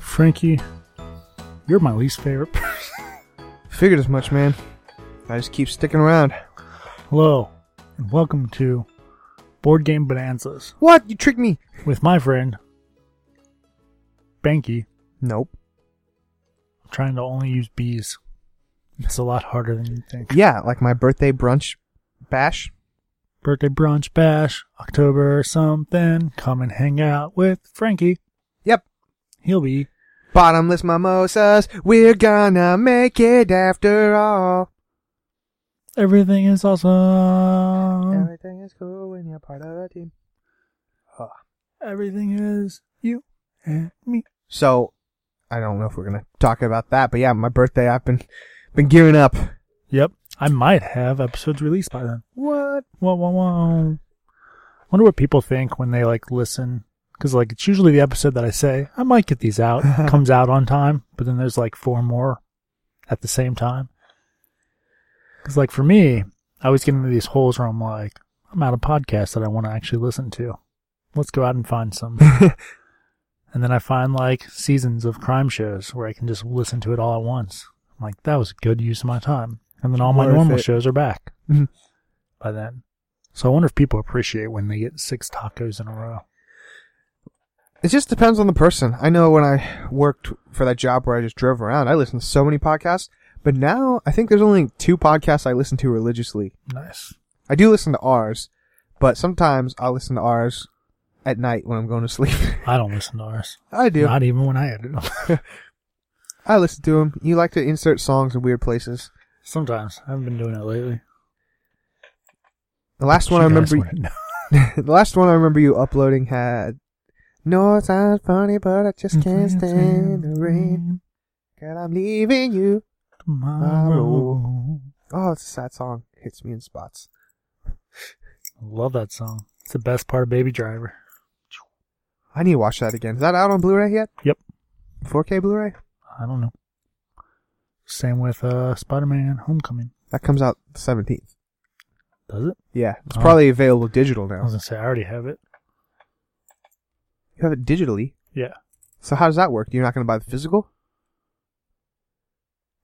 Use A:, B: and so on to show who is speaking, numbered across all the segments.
A: Frankie, you're my least favorite person.
B: Figured as much, man. I just keep sticking around.
A: Hello, and welcome to Board Game Bonanzas
B: What? You tricked me.
A: with my friend Banky.
B: Nope.
A: I'm trying to only use B's. It's a lot harder than you think.
B: Yeah, like my birthday brunch bash.
A: Birthday brunch bash, October something. Come and hang out with Frankie.
B: Yep.
A: He'll be
B: Bottomless mimosas. We're gonna make it after all.
A: everything is awesome.
B: Everything is cool when you're part of a team.
A: Everything is you and me.
B: So, I don't know if we're gonna talk about that, but yeah, my birthday. I've been been gearing up.
A: Yep. I might have episodes released by then.
B: What?
A: Whoa, whoa, whoa. Wonder what people think when they like listen. Cause like it's usually the episode that I say, I might get these out, It comes out on time, but then there's like four more at the same time. Cause like for me, I always get into these holes where I'm like, I'm out of podcasts that I want to actually listen to. Let's go out and find some. and then I find like seasons of crime shows where I can just listen to it all at once. I'm like, that was a good use of my time. And then all my
B: Worth
A: normal
B: it.
A: shows are back
B: Mhm.
A: by then. So I wonder if people appreciate when they get six tacos in a row.
B: It just depends on the person. I know when I worked for that job where I just drove around, I listened to so many podcasts, but now I think there's only two podcasts I listen to religiously.
A: Nice.
B: I do listen to ours, but sometimes I listen to ours at night when I'm going to sleep.
A: I don't listen to ours.
B: I do.
A: Not even when I edit them.
B: I listen to them. You like to insert songs in weird places.
A: Sometimes. I haven't been doing it lately.
B: The last one I
A: You guys
B: remember,
A: wouldn't know.
B: the last one I remember you uploading had. No, it sounds funny, but I just
A: Mm-hmm,
B: can't stand the rain. Girl, I'm leaving you.
A: Tomorrow.
B: Oh, it's a sad song. Hits me in spots.
A: Love that song. It's the best part of Baby Driver.
B: I need to watch that again. Is that out on Blu-ray yet?
A: Yep.
B: 4K Blu-ray?
A: I don't know. Same with uh, Spider Man Homecoming.
B: That comes out the 17th.
A: Does it?
B: Yeah, it's
A: Oh.
B: probably available digital
A: I
B: now.
A: was going to say, I already have it.
B: You have it digitally.
A: Yeah.
B: So how does that work? You're not going to buy the physical?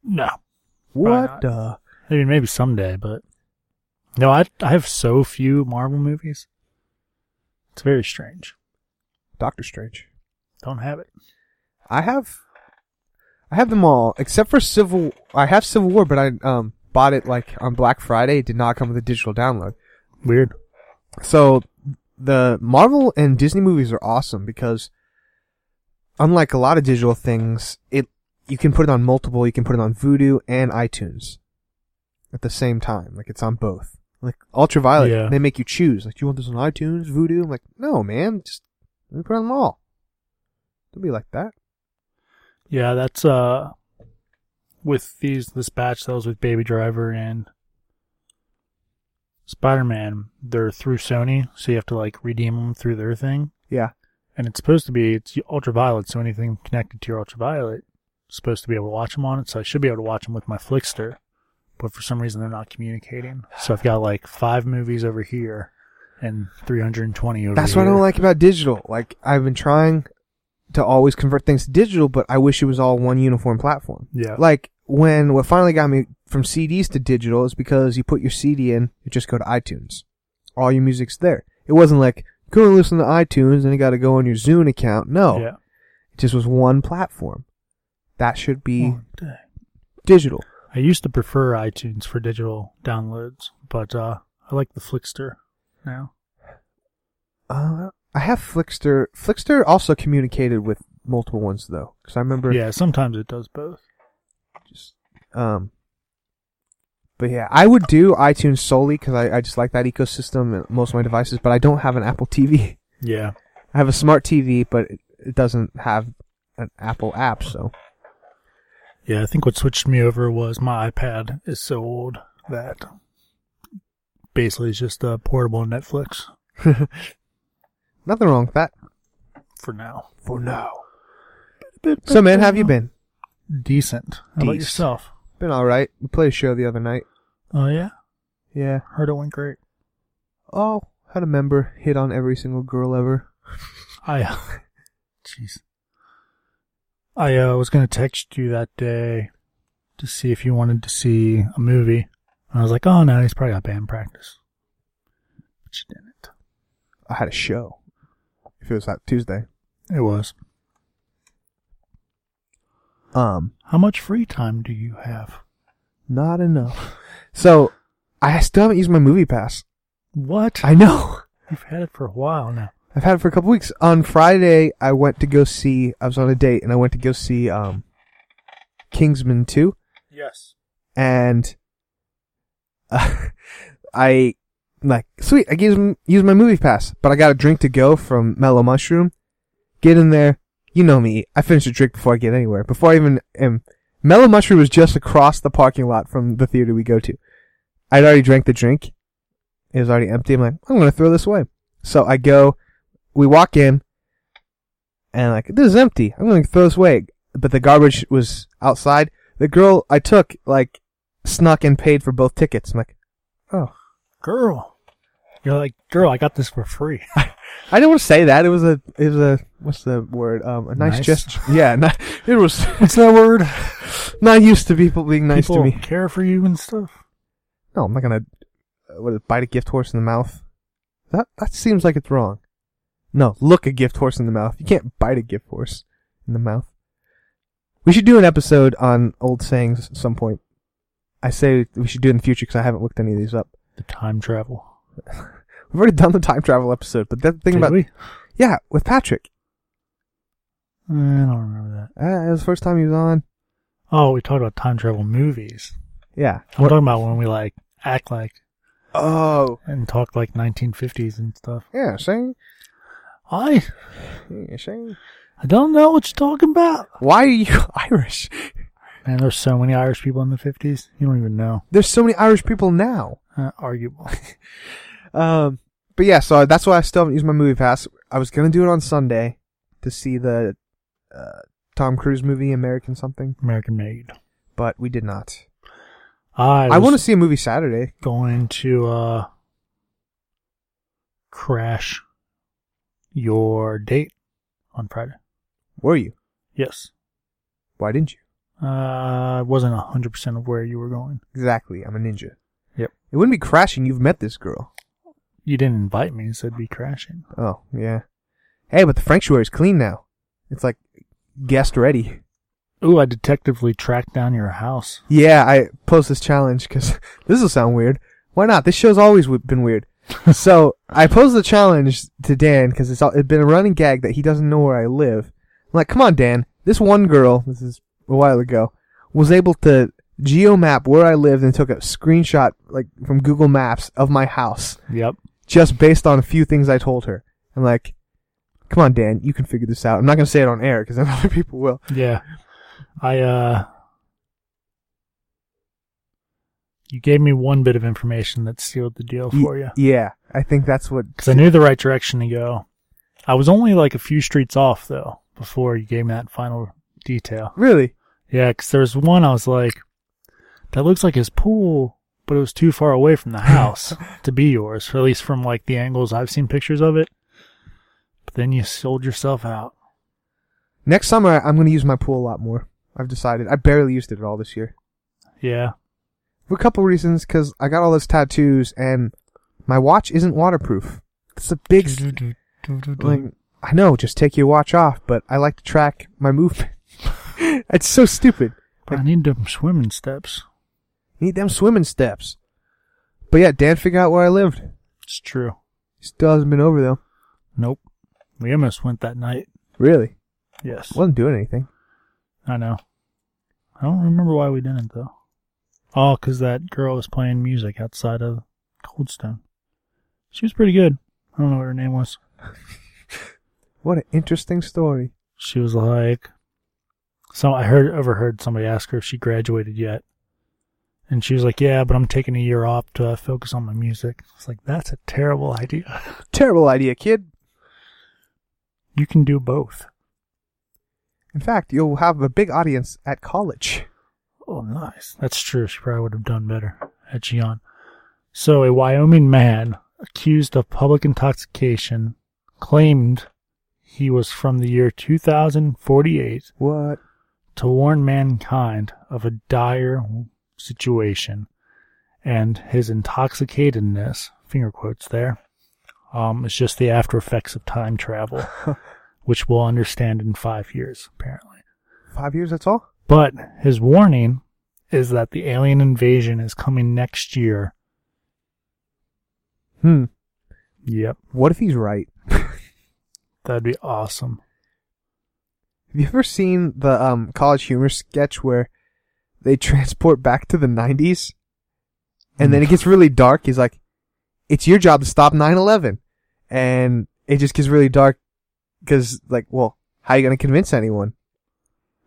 A: No. Probably
B: What
A: not.
B: the?
A: I mean, maybe someday, but. No, I, I have so few Marvel movies. It's very strange.
B: Doctor Strange.
A: Don't have it.
B: I have, I have them all except for Civil. I have Civil War, but I um bought it like on Black Friday. It did not come with a digital download.
A: Weird.
B: So the Marvel and Disney movies are awesome because unlike a lot of digital things, it you can put it on multiple, you can put it on Vudu and iTunes at the same time. Like it's on both. Like Ultraviolet,
A: Yeah.
B: they make you choose. Like, do you want this on iTunes, Vudu? I'm like, no, man, just let me put it on them all. Don't be like that.
A: Yeah, that's uh with these this batch that was with Baby Driver and Spider Man. They're through Sony, so you have to like redeem them through their thing.
B: Yeah.
A: And it's supposed to be it's ultraviolet, so anything connected to your ultraviolet is supposed to be able to watch them on it. So I should be able to watch them with my Flickster, but for some reason they're not communicating. So I've got like five movies over here and 320 over
B: That's
A: here.
B: what I don't like about digital. Like I've been trying to always convert things to digital, but I wish it was all one uniform platform.
A: Yeah.
B: Like when what finally got me from CDs to digital is because you put your CD in, you just go to iTunes. All your music's there. It wasn't like go and listen to iTunes and you got to go on your Zune account. No,
A: Yeah.
B: it just was one platform. That should be
A: One day.
B: digital.
A: Oh, I used to prefer iTunes for digital downloads, but uh, I like the Flickster now.
B: Uh, I have Flickster. Flickster also communicated with multiple ones though, because I remember.
A: Yeah, sometimes it does both.
B: just um but yeah i would do itunes solely because I, I just like that ecosystem and most of my devices but i don't have an apple tv
A: Yeah,
B: i have a smart tv but it, it doesn't have an apple app so
A: yeah. I think what switched me over was my iPad is so old that basically it's just a portable Netflix
B: nothing wrong with that
A: for now.
B: for now so man how have you been
A: Decent. How about
B: Decent.
A: yourself?
B: been all right we played a show the other night
A: Oh yeah,
B: yeah
A: heard it went great.
B: oh had a member hit on every single girl ever
A: I, jeez, I uh, was going to text you that day to see if you wanted to see a movie. And I was like, oh no, he's probably got band practice. But you didn't.
B: I had a show. If it was that Tuesday.
A: It was.
B: Um,
A: How much free time do you have?
B: not enough. So, I still haven't used my movie pass.
A: What?
B: I know.
A: You've had it for a while now.
B: I've had it for a couple weeks. On Friday, I went to go see. I was on a date, and I went to go see um, Kingsman Two,
A: Yes.
B: and uh, I like sweet. I use use my movie pass, but I got a drink to go from Mellow Mushroom. Get in there, you know me. I finish a drink before I get anywhere. Before I even am. Mellow Mushroom was just across the parking lot from the theater we go to. I'd already drank the drink. It was already empty. I'm like, I'm gonna throw this away. So I go, we walk in, and like, this is empty. I'm gonna throw this away. But the garbage was outside. The girl I took, like, snuck and paid for both tickets. I'm like, oh.
A: Girl. You're like, girl, I got this for free.
B: I didn't want to say that. It was a, it was a, what's the word? Um, a nice,
A: Nice.
B: gesture. Yeah, ni- it was
A: What's that word?
B: not used to people being nice
A: People
B: to me.
A: care for you and stuff.
B: No, I'm not gonna, uh, what, bite a gift horse in the mouth. That, that seems like it's wrong. No, look a gift horse in the mouth. You can't bite a gift horse in the mouth. We should do an episode on old sayings at some point. I say we should do it in the future because I haven't looked any of these up.
A: The time travel.
B: We've already done the time travel episode, but that thing
A: Did
B: about
A: we?
B: yeah with Patrick,
A: I don't remember that.
B: uh, it was the first time he was on.
A: Oh, we talked about time travel movies.
B: Yeah.
A: I'm talking about when we like act like
B: Oh
A: and talk like 1950s and stuff.
B: yeah, saying
A: I
B: yeah, saying.
A: I don't know what you're talking about.
B: Why are you Irish?
A: Man, there's so many Irish people in the 50s. You don't even know.
B: There's so many Irish people now.
A: Uh, arguable.
B: Um, but yeah, so that's why I still haven't used my movie pass. I was gonna do it on Sunday to see the uh, Tom Cruise movie, American something,
A: American made.
B: but we did not.
A: I,
B: I, want
A: want
B: to see a movie Saturday.
A: going to uh crash your date on Friday.
B: Were you?
A: Yes.
B: Why didn't you?
A: Uh, I wasn't 100% of where you were going.
B: Exactly. I'm a ninja.
A: Yep.
B: It wouldn't be crashing. You've met this girl.
A: You didn't invite me, so it'd be crashing.
B: Oh yeah. Hey, but the sanctuary's clean now. It's like guest ready.
A: Ooh, I detectively tracked down your house.
B: Yeah, I posed this challenge because this will sound weird. Why not? This show's always w- been weird. so I posed the challenge to Dan because it's, all- it's been a running gag that he doesn't know where I live. I'm like, come on, Dan. This one girl, this is a while ago, was able to geomap where I lived and took a screenshot like from Google Maps of my house
A: Yep.
B: just based on a few things I told her. I'm like, come on, Dan, you can figure this out. I'm not gonna say it on air because then other people will.
A: Yeah. I, uh, you gave me one bit of information that sealed the deal for you.
B: Y- Yeah, I think that's what.
A: Because I knew the right direction to go. I was only like a few streets off, though, before you gave me that final detail.
B: Really?
A: Yeah, because there was one I was like, that looks like his pool, but it was too far away from the house to be yours, or at least from like the angles I've seen pictures of it. But then you sold yourself out.
B: Next summer, I'm going to use my pool a lot more. I've decided. I barely used it at all this year.
A: Yeah.
B: For a couple reasons, because I got all those tattoos and my watch isn't waterproof. It's a big. s- Like, I know, just take your watch off, but I like to track my movement. it's so stupid.
A: But I need them swimming steps.
B: You need them swimming steps. But yeah, Dan figured out where I lived.
A: It's true.
B: He still hasn't been over, though.
A: Nope. We almost went that night.
B: Really?
A: Yes.
B: Wasn't doing anything.
A: I know. I don't remember why we didn't though. Oh, 'cause that girl was playing music outside of Coldstone. She was pretty good. I don't know what her name was.
B: What an interesting story.
A: She was like, so I heard overheard somebody ask her if she graduated yet, and she was like, "Yeah, but I'm taking a year off to uh, focus on my music." It's like that's a terrible idea.
B: Terrible idea, kid.
A: You can do both.
B: In fact, you'll have a big audience at college.
A: Oh, nice. That's true. She probably would have done better had she on. So, a Wyoming man accused of public intoxication claimed He was from the year 2048
B: What?
A: to warn mankind of a dire situation and his intoxicatedness, finger quotes there, um, is just the after effects of time travel, which we'll understand in five years, apparently.
B: Five years, that's all?
A: But his warning is that the alien invasion is coming next year.
B: Hmm.
A: Yep,
B: What if he's right?
A: that'd be awesome.
B: Have you ever seen the um, college humor sketch where they transport back to the 90s? And then it gets really dark. He's like, it's your job to stop 9 11. And it just gets really dark because, like, well, how are you going to convince anyone?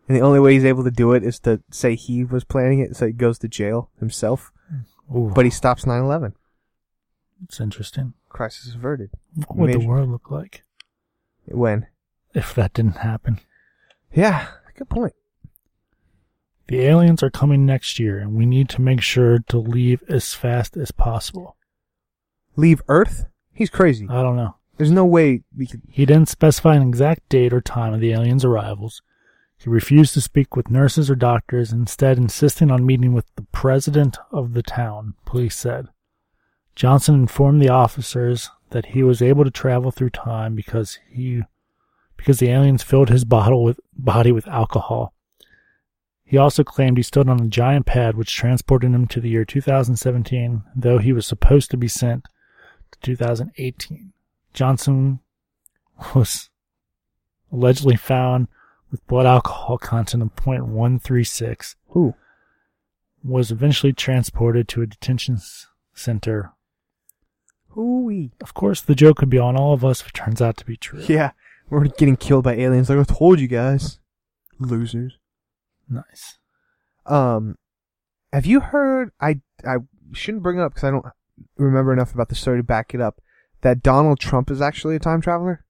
B: And the only way he's able to do it is to say he was planning it, so he goes to jail himself.
A: Ooh,
B: But he stops 9 11.
A: it's interesting.
B: Crisis averted.
A: What would the
B: Major-
A: world look like
B: When?
A: if that didn't happen?
B: Yeah, good point.
A: The aliens are coming next year, and we need to make sure to leave as fast as possible.
B: Leave Earth? He's crazy.
A: I don't know.
B: There's no way we could.
A: He didn't specify an exact date or time of the aliens' arrivals. He refused to speak with nurses or doctors, instead, insisting on meeting with the president of the town, police said. Johnson informed the officers that he was able to travel through time because he because the aliens filled his bottle with body with alcohol. He also claimed he stood on a giant pad which transported him to the year 2017, though he was supposed to be sent to 2018. Johnson was allegedly found with blood alcohol content of 0.136,
B: Who?
A: was eventually transported to a detention s- center.
B: Hooey.
A: Of course, the joke could be on all of us if it turns out to be true.
B: Yeah, we're getting killed by aliens. Like I told you guys, losers.
A: Nice.
B: Um, have you heard? I I shouldn't bring it up because I don't remember enough about the story to back it up. That Donald Trump is actually a time traveler.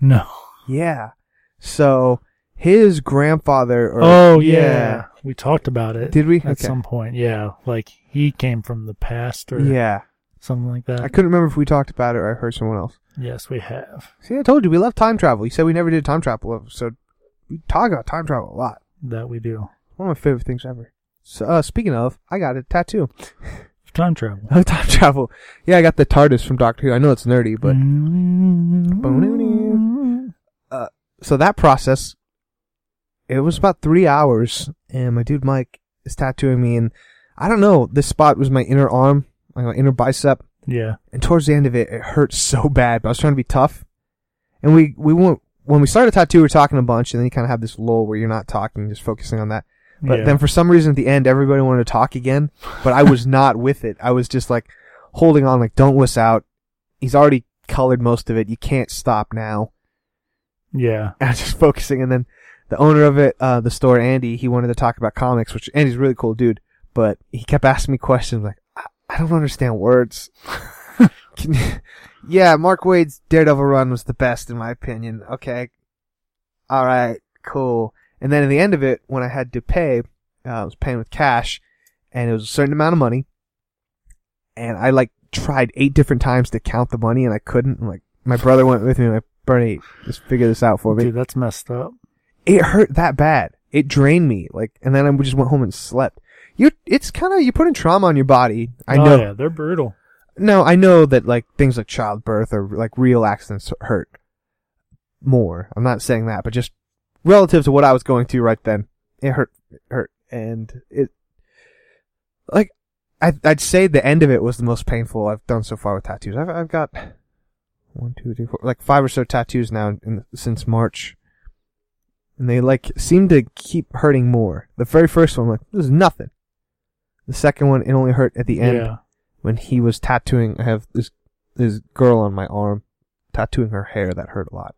A: No.
B: Yeah. So his grandfather. Or,
A: oh, yeah. We talked about it.
B: Did we?
A: At
B: Okay.
A: some point, yeah. Like, he came from the past or
B: Yeah.
A: something like that.
B: I couldn't remember if we talked about it or I heard someone else.
A: yes, we have.
B: See, I told you we love time travel. You said we never did a time travel episode. We talk about time travel a lot.
A: That we do.
B: One of my favorite things ever. So, uh, speaking of, I got a tattoo
A: Time travel.
B: of time travel. Yeah, I got the TARDIS from Doctor Who. I know it's nerdy, but
A: Mm-hmm.
B: uh, so that process, it was about three hours, and my dude Mike is tattooing me, and I don't know. This spot was my inner arm, like my inner bicep,
A: Yeah.
B: and towards the end of it, it hurt so bad. But I was trying to be tough, and we we went when we started tattoo, we were talking a bunch, and then you kind of have this lull where you're not talking, just focusing on that. But
A: yeah.
B: then for some reason at the end, everybody wanted to talk again, but I was not with it. I was just like holding on, like, don't wuss out. He's already colored most of it. You can't stop now.
A: Yeah.
B: And I was just focusing. And then the owner of it, uh, the store, Andy, he wanted to talk about comics, which Andy's a really cool dude, but he kept asking me questions like, I, I don't understand words. Can you- yeah, Mark Wade's Daredevil run was the best in my opinion. Okay. All right. Cool. And then at the end of it, when I had to pay, uh, I was paying with cash and it was a certain amount of money. And I like tried eight different times to count the money and I couldn't. And, like my brother went with me. and, Like, Bernie, just figure this out for me
A: Dude, that's messed up.
B: it hurt that bad. It drained me. Like, and then I just went home and slept. You, it's kind of, you're putting trauma on your body. I
A: Oh,
B: know.
A: yeah, they're brutal.
B: No, I know that like things like childbirth or like real accidents hurt more. I'm not saying that, but just relative to what I was going through right then, it hurt, it hurt. And it, like, I, I'd say the end of it was the most painful I've done so far with tattoos. I've, I've got one, two, three, four, like five or so tattoos now in, since March. And they like seem to keep hurting more. The very first one, like, this is nothing. The second one, it only hurt at the end
A: yeah.
B: when he was tattooing I have this this girl on my arm tattooing her hair that hurt a lot.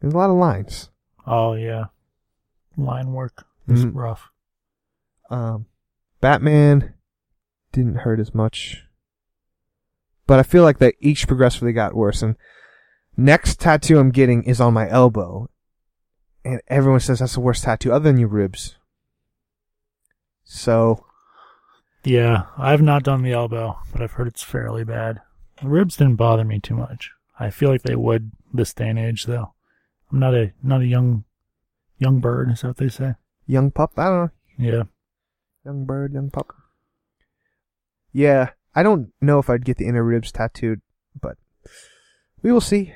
B: There's a lot of lines.
A: Oh yeah. Line work is
B: Mhm.
A: rough.
B: Um Batman didn't hurt as much. But I feel like that each progressively got worse and next tattoo I'm getting is on my elbow. And everyone says that's the worst tattoo other than your ribs. So
A: Yeah, I've not done the elbow, but I've heard it's fairly bad. The ribs didn't bother me too much. I feel like they would this day and age, though. I'm not a not a young young bird, is that what they say?
B: Young pup. I don't know.
A: Yeah.
B: Young bird, young pup. Yeah, I don't know if I'd get the inner ribs tattooed, but we will see.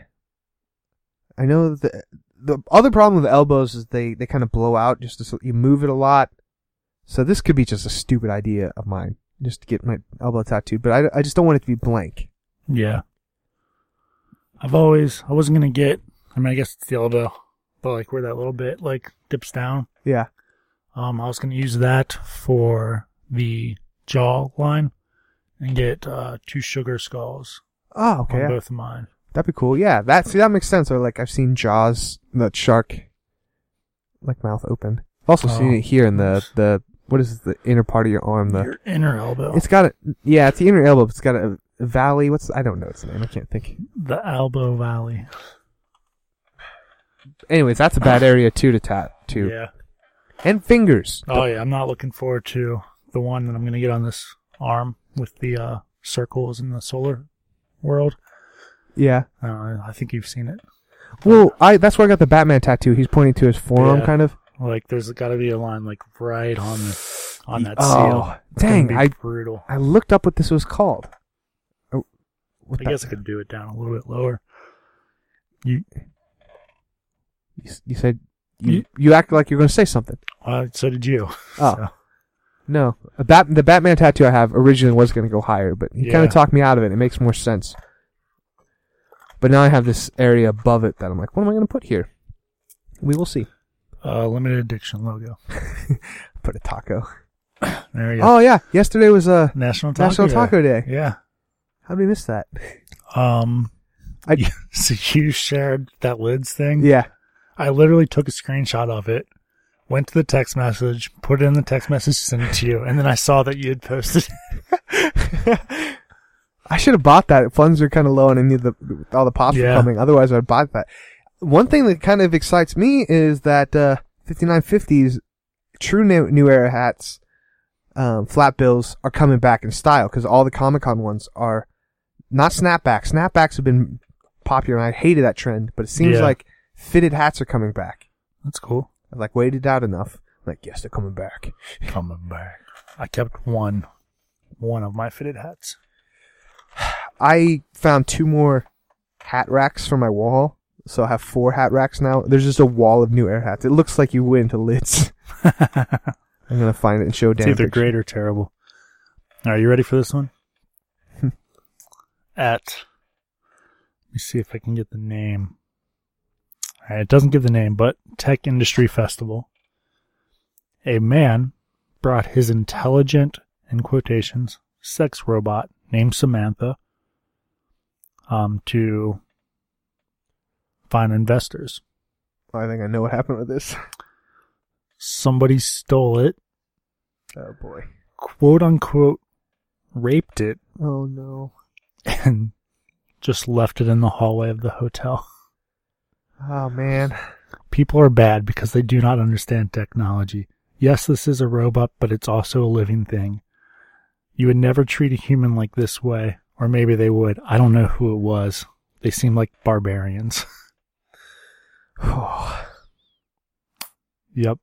B: I know the the other problem with elbows is they they kind of blow out just as you move it a lot. So this could be just a stupid idea of mine, just to get my elbow tattooed. But I, I just don't want it to be blank.
A: Yeah. I've always I wasn't gonna get I mean I guess it's the elbow, but like where that little bit like dips down.
B: Yeah.
A: Um I was gonna use that for the jaw line and get uh two sugar skulls
B: Oh, okay.
A: on
B: yeah.
A: both of mine.
B: That'd be cool. Yeah, that see that makes sense. Or like I've seen Jaws, the shark, like mouth open. I've also
A: Oh.
B: seen it here in the the what is the inner part of your arm? The
A: Your inner elbow.
B: it's got a yeah, it's the inner elbow. but It's got a, a valley. What's I don't know its name. I can't think.
A: the elbow valley.
B: Anyways, that's a bad area too to tattoo.
A: Yeah.
B: And fingers.
A: Oh yeah, I'm not looking forward to the one that I'm gonna get on this arm with the uh circles in the solar world.
B: Yeah.
A: I don't know, I think you've seen it.
B: Well, I that's where I got the Batman tattoo. He's pointing to his forearm,
A: Yeah.
B: kind of.
A: Like there's got to be a line like right on the on that
B: Oh,
A: seal. It's gonna
B: dang,
A: be
B: I-
A: brutal.
B: I looked up what this was called. Oh, what
A: I
B: the-
A: guess I could do it down a little bit lower. You,
B: you, s- you said you,
A: You-
B: you act like you're going to say something.
A: uh, so did you.
B: Oh.
A: So,
B: No, a bat, the Batman tattoo I have originally was going to go higher, but he kind
A: Yeah.
B: of talked me out of it. It makes more sense. But now I have this area above it that I'm like, what am I going to put here? We will see.
A: uh, limited edition logo.
B: Put a taco.
A: There you go.
B: Oh yeah, yesterday was uh,
A: National Taco
B: National
A: Day.
B: Taco Day.
A: Yeah.
B: How did we miss that?
A: Um.
B: I-
A: so you shared that lids thing.
B: Yeah,
A: I literally took a screenshot of it, went to the text message, put it in the text message, sent it to you, and then I saw that you had posted.
B: I should have bought that. Funds were kind of low, and I knew the all the pops were
A: Yeah.
B: coming. Otherwise, I'd bought that. One thing that kind of excites me is that uh, 5950s true new, new era hats, um, flat bills are coming back in style because all the Comic Con ones are not snapbacks. Snapbacks have been popular, and I hated that trend. But it seems
A: Yeah.
B: like fitted hats are coming back.
A: That's cool.
B: I've like waited out enough. like yes, they're coming back.
A: Coming back. I kept one, one of my fitted hats.
B: I found two more hat racks for my wall, so I have four hat racks now. There's just a wall of new air hats. It looks like you went into lids.
A: it's
B: I'm gonna find it and show Dan. a
A: either
B: picture.
A: great or terrible. Are you ready for this one? At. Let me see if I can get the name. All right, it doesn't give the name, but Tech Industry Festival. A man brought his intelligent, in quotations, sex robot named Samantha um, to find investors.
B: I think I know what happened with this.
A: Somebody stole it
B: Oh boy.
A: quote unquote raped it
B: Oh no.
A: and just left it in the hallway of the hotel.
B: Oh man.
A: People are bad because they do not understand technology. Yes, this is a robot, but it's also a living thing. You would never treat a human like this way, or maybe they would. I don't know who it was. They seem like barbarians. yep.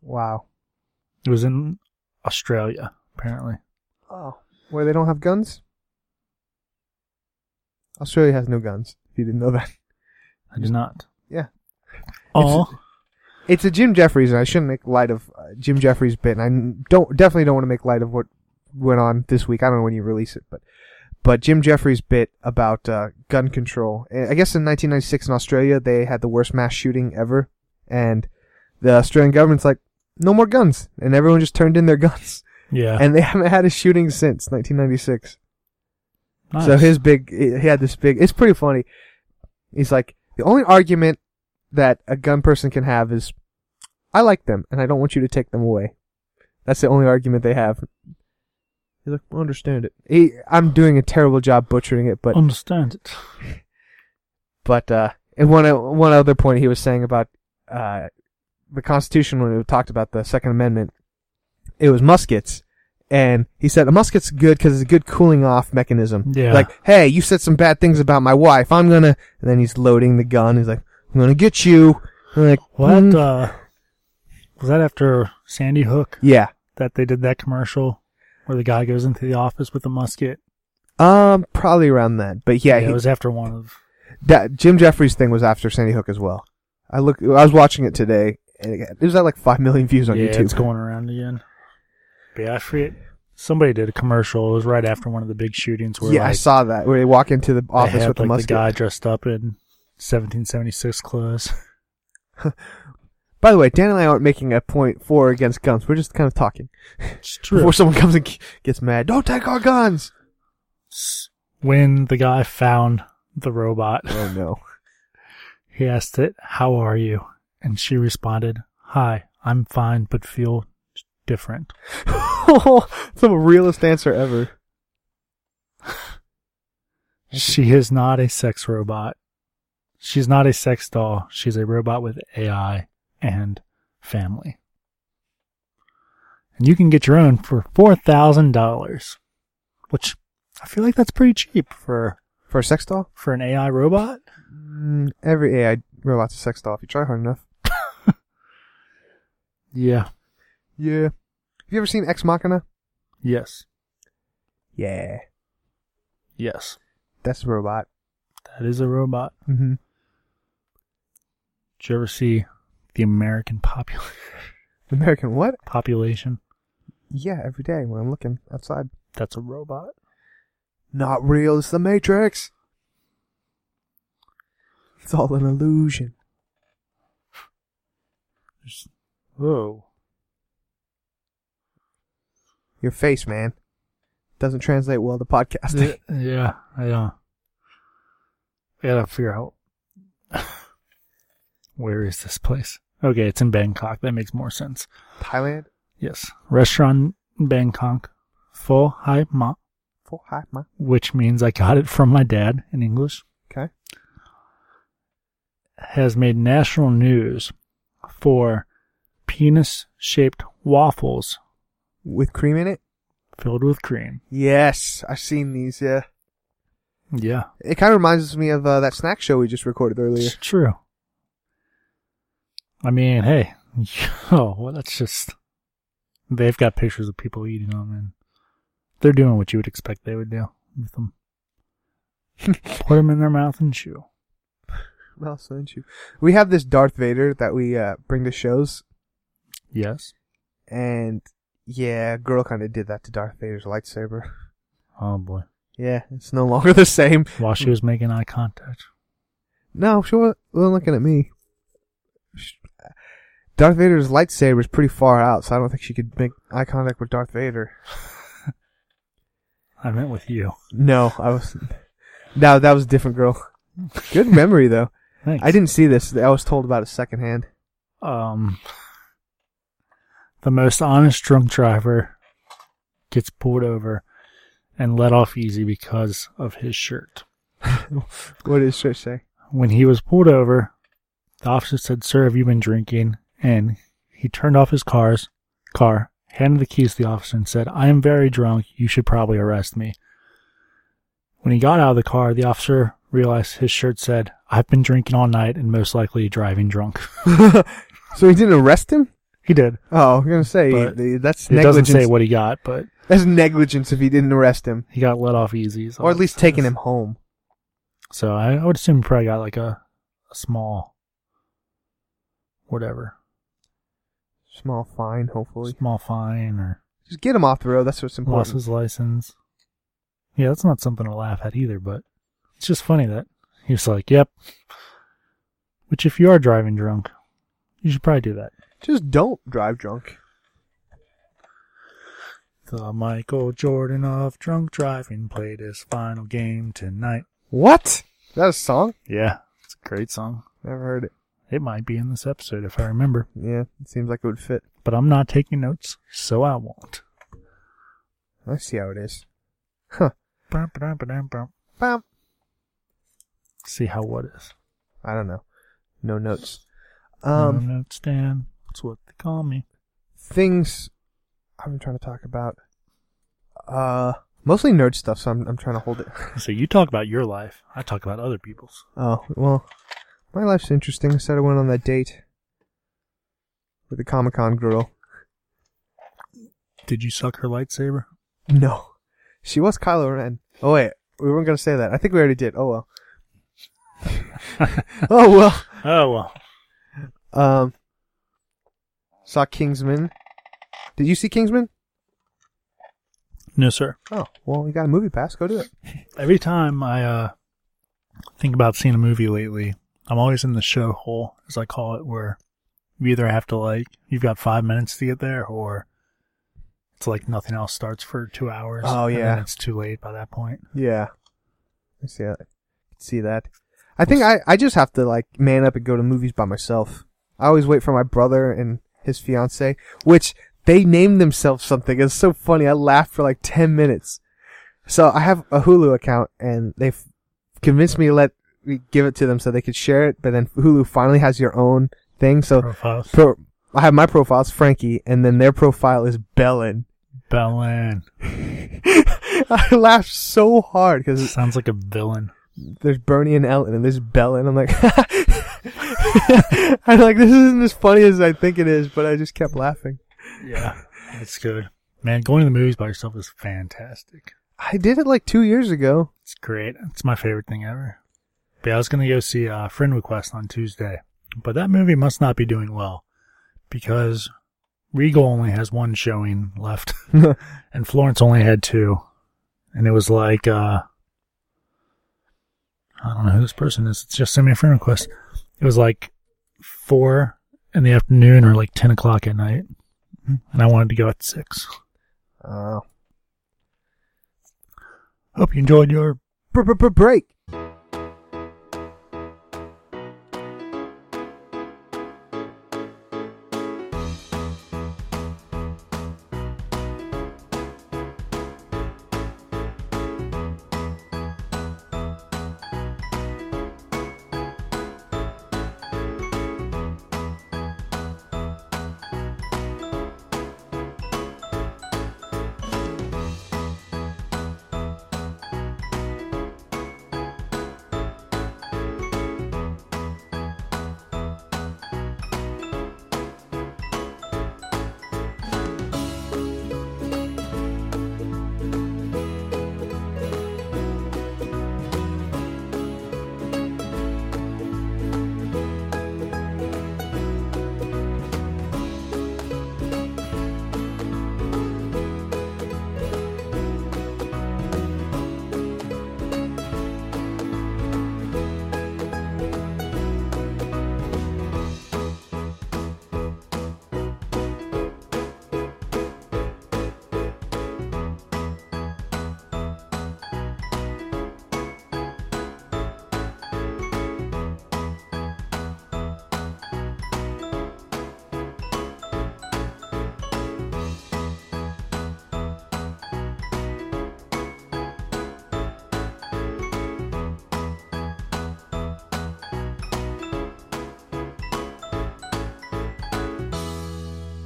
B: wow.
A: It was in Australia, apparently.
B: Oh, where they don't have guns? Australia has no guns. If you didn't know that.
A: I did not.
B: Yeah.
A: Oh,
B: It's a Jim Jeffries, and I shouldn't make light of uh, Jim Jeffries' bit. And I don't definitely don't want to make light of what went on this week. I don't know when you release it, but but Jim Jeffries' bit about uh, gun control. Uh, I guess in 1996 in Australia they had the worst mass shooting ever, and the Australian government's like, no more guns, and everyone just turned in their guns,
A: yeah.
B: and they haven't had a shooting since 1996.
A: Nice.
B: So his big, he had this big. It's pretty funny. He's like, the only argument that a gun person can have is, I like them and I don't want you to take them away. That's the only argument they have. He's like, I understand it. He, I'm doing a terrible job butchering it, but
A: understand it.
B: but uh, and one one other point he was saying about uh, the Constitution when it talked about the Second Amendment, it was muskets, And he said a musket's good because it's a good cooling off mechanism.
A: Yeah.
B: Like, hey, you said some bad things about my wife. I'm gonna. And then he's loading the gun. He's like, I'm gonna get you. And I'm like,
A: What
B: "Mm."
A: uh, was that after Sandy Hook
B: yeah.
A: that they did that commercial where the guy goes into the office with a musket?
B: Um, probably around that. But yeah,
A: yeah
B: he,
A: it was after one of.
B: that Jim Jeffries thing was after Sandy Hook as well. I look. I was watching it today, and it it was at like five million views on
A: yeah,
B: YouTube.
A: it's going around again. But yeah, I forget. Somebody did a commercial. It was right after one of the big shootings where
B: yeah, I
A: like,
B: saw that. Where they walk into the
A: they
B: office
A: had,
B: with the
A: like,
B: musket.
A: the guy dressed up in 1776 clothes.
B: By the way, Dan and I aren't making a point for or against guns. We're just kind of talking.
A: It's
B: Before someone comes and gets mad, don't take our guns.
A: When the guy found the robot,
B: Oh no.
A: he asked it, "How are you?" And she responded, "Hi, I'm fine, but feel different."
B: it's the realest answer ever.
A: She is not a sex robot. She's not a sex doll. She's a robot with AI and family. And you can get your own for $4,000, which I feel like that's pretty cheap for
B: For a sex doll?
A: for an AI robot.
B: Mm, every AI robot's a sex doll if you try hard enough.
A: Yeah.
B: Yeah. Have you ever seen Ex Machina?
A: Yes.
B: Yeah.
A: Yes.
B: That's a robot.
A: That is a robot.
B: Mm-hmm.
A: Did you ever see the American popul-
B: American what?
A: population?
B: Yeah, every day when I'm looking outside.
A: That's a robot.
B: Not real, it's the Matrix. It's all an illusion.
A: Whoa.
B: Your face, man. Doesn't translate well to podcasting.
A: yeah, I uh, I gotta figure out where is this place. Okay, it's in Bangkok. That makes more sense.
B: Thailand?
A: Yes, restaurant in Bangkok, Pho Hai Ma,
B: Full high, ma.
A: which means I got it from my dad in English,
B: Okay.
A: has made national news for penis-shaped waffles
B: With cream in it?
A: filled with cream.
B: Yes, I've seen these, yeah.
A: Yeah,
B: It kind of reminds me of uh, that snack show we just recorded earlier.
A: It's true. I mean, hey, oh, well, that's just. They've got pictures of people eating them, and they're doing what you would expect they would do with them. Put them in their mouth and chew.
B: Well, so didn't you? We have this Darth Vader that we uh, bring to shows,
A: Yes.
B: and yeah, a girl kind of did that to Darth Vader's lightsaber.
A: Oh boy.
B: Yeah, it's no longer the same.
A: While she was making eye contact.
B: No, she wasn't wasn't looking at me. Sh- Darth Vader's lightsaber is pretty far out, so I don't think she could make eye contact with Darth Vader.
A: I meant with you.
B: No, I was. No, that was a different girl. Good memory though.
A: Thanks.
B: I didn't see this. I was told about it secondhand.
A: Um. The most honest drunk driver gets pulled over and let off easy because of his shirt.
B: What did Trish say?
A: when he was pulled over, the officer said, "Sir, have you been drinking?" And he turned off his car's car, handed the keys to the officer, and said, "I am very drunk. You should probably arrest me." When he got out of the car, the officer realized his shirt said, "I've been drinking all night and most likely driving drunk."
B: so he didn't arrest him?
A: he did.
B: Oh, I'm gonna say
A: But
B: th- that's
A: It doesn't
B: negligence.
A: say what he got, but
B: That's negligence if he didn't arrest him,
A: he got let off easy, is all
B: or
A: it
B: at least
A: says.
B: taking him home.
A: So I, I would assume he probably got like a, a small, whatever,
B: Small fine, hopefully.
A: small fine or
B: Just get him off the road. That's what's
A: lost
B: important.
A: his license. Yeah, that's not something to laugh at either, but it's just funny that he was like, yep. Which, if you are driving drunk, you should probably do that.
B: Just don't drive drunk.
A: The Michael Jordan of drunk driving played his final game tonight.
B: What? Is that a song?
A: Yeah, it's a great song.
B: Never heard it.
A: It might be in this episode if I remember,
B: Yeah, it seems like it would fit.
A: but I'm not taking notes, so I won't.
B: I see how it is. Huh.
A: Bum, ba-dum, ba-dum, bum.
B: Bam.
A: See how what is.
B: I don't know. No notes.
A: Um,
B: Um,
A: notes, Dan. That's what they call me.
B: things I've been trying to talk about. Uh, mostly nerd stuff, so I'm I'm trying to hold it.
A: So you talk about your life. I talk about other people's.
B: Oh well, my life's interesting. I said I went on that date with the Comic Con girl.
A: Did you suck her lightsaber?
B: No, she was Kylo Ren. Oh wait, we weren't gonna say that. I think we already did. Oh well. oh well.
A: Oh well.
B: Um, saw Kingsman. Did you see Kingsman?
A: No, sir.
B: Oh well, you got a movie pass. Go do it.
A: Every time I uh, think about seeing a movie lately, I'm always in the show hole, as I call it, where you either have to like you've got five minutes to get there, or it's like nothing else starts for two hours.
B: Oh,
A: and then
B: yeah.
A: it's too late by that point.
B: Yeah, I see that. See that. I think I, I just have to like man up and go to movies by myself. I always wait for my brother and his fiance, which they named themselves something. It's so funny. I laughed for like ten minutes. So I have a Hulu account, and they have convinced me to let me give it to them so they could share it. But then Hulu finally has your own thing. So
A: Profiles.
B: pro- I have my profile is Frankie, and then their profile is Bellin.
A: Belen
B: I laughed so hard because
A: sounds like a villain.
B: there's Bernie and Ellen, and there's Bella, and I'm like, I'm like, this isn't as funny as I think it is, but I just kept laughing.
A: Yeah, that's good. Man, going to the movies by yourself is fantastic.
B: I did it like two years ago.
A: It's great. It's my favorite thing ever. But yeah, I was going to go see uh, Friend Request on Tuesday, but that movie must not be doing well because Regal only has one showing left, and Florence only had two, and it was like uh, I don't know who this person is. It's just sent me a friend request. It was like four in the afternoon or like ten o'clock at night, and I wanted to go at six.
B: Oh,
A: Hope you enjoyed your
B: break.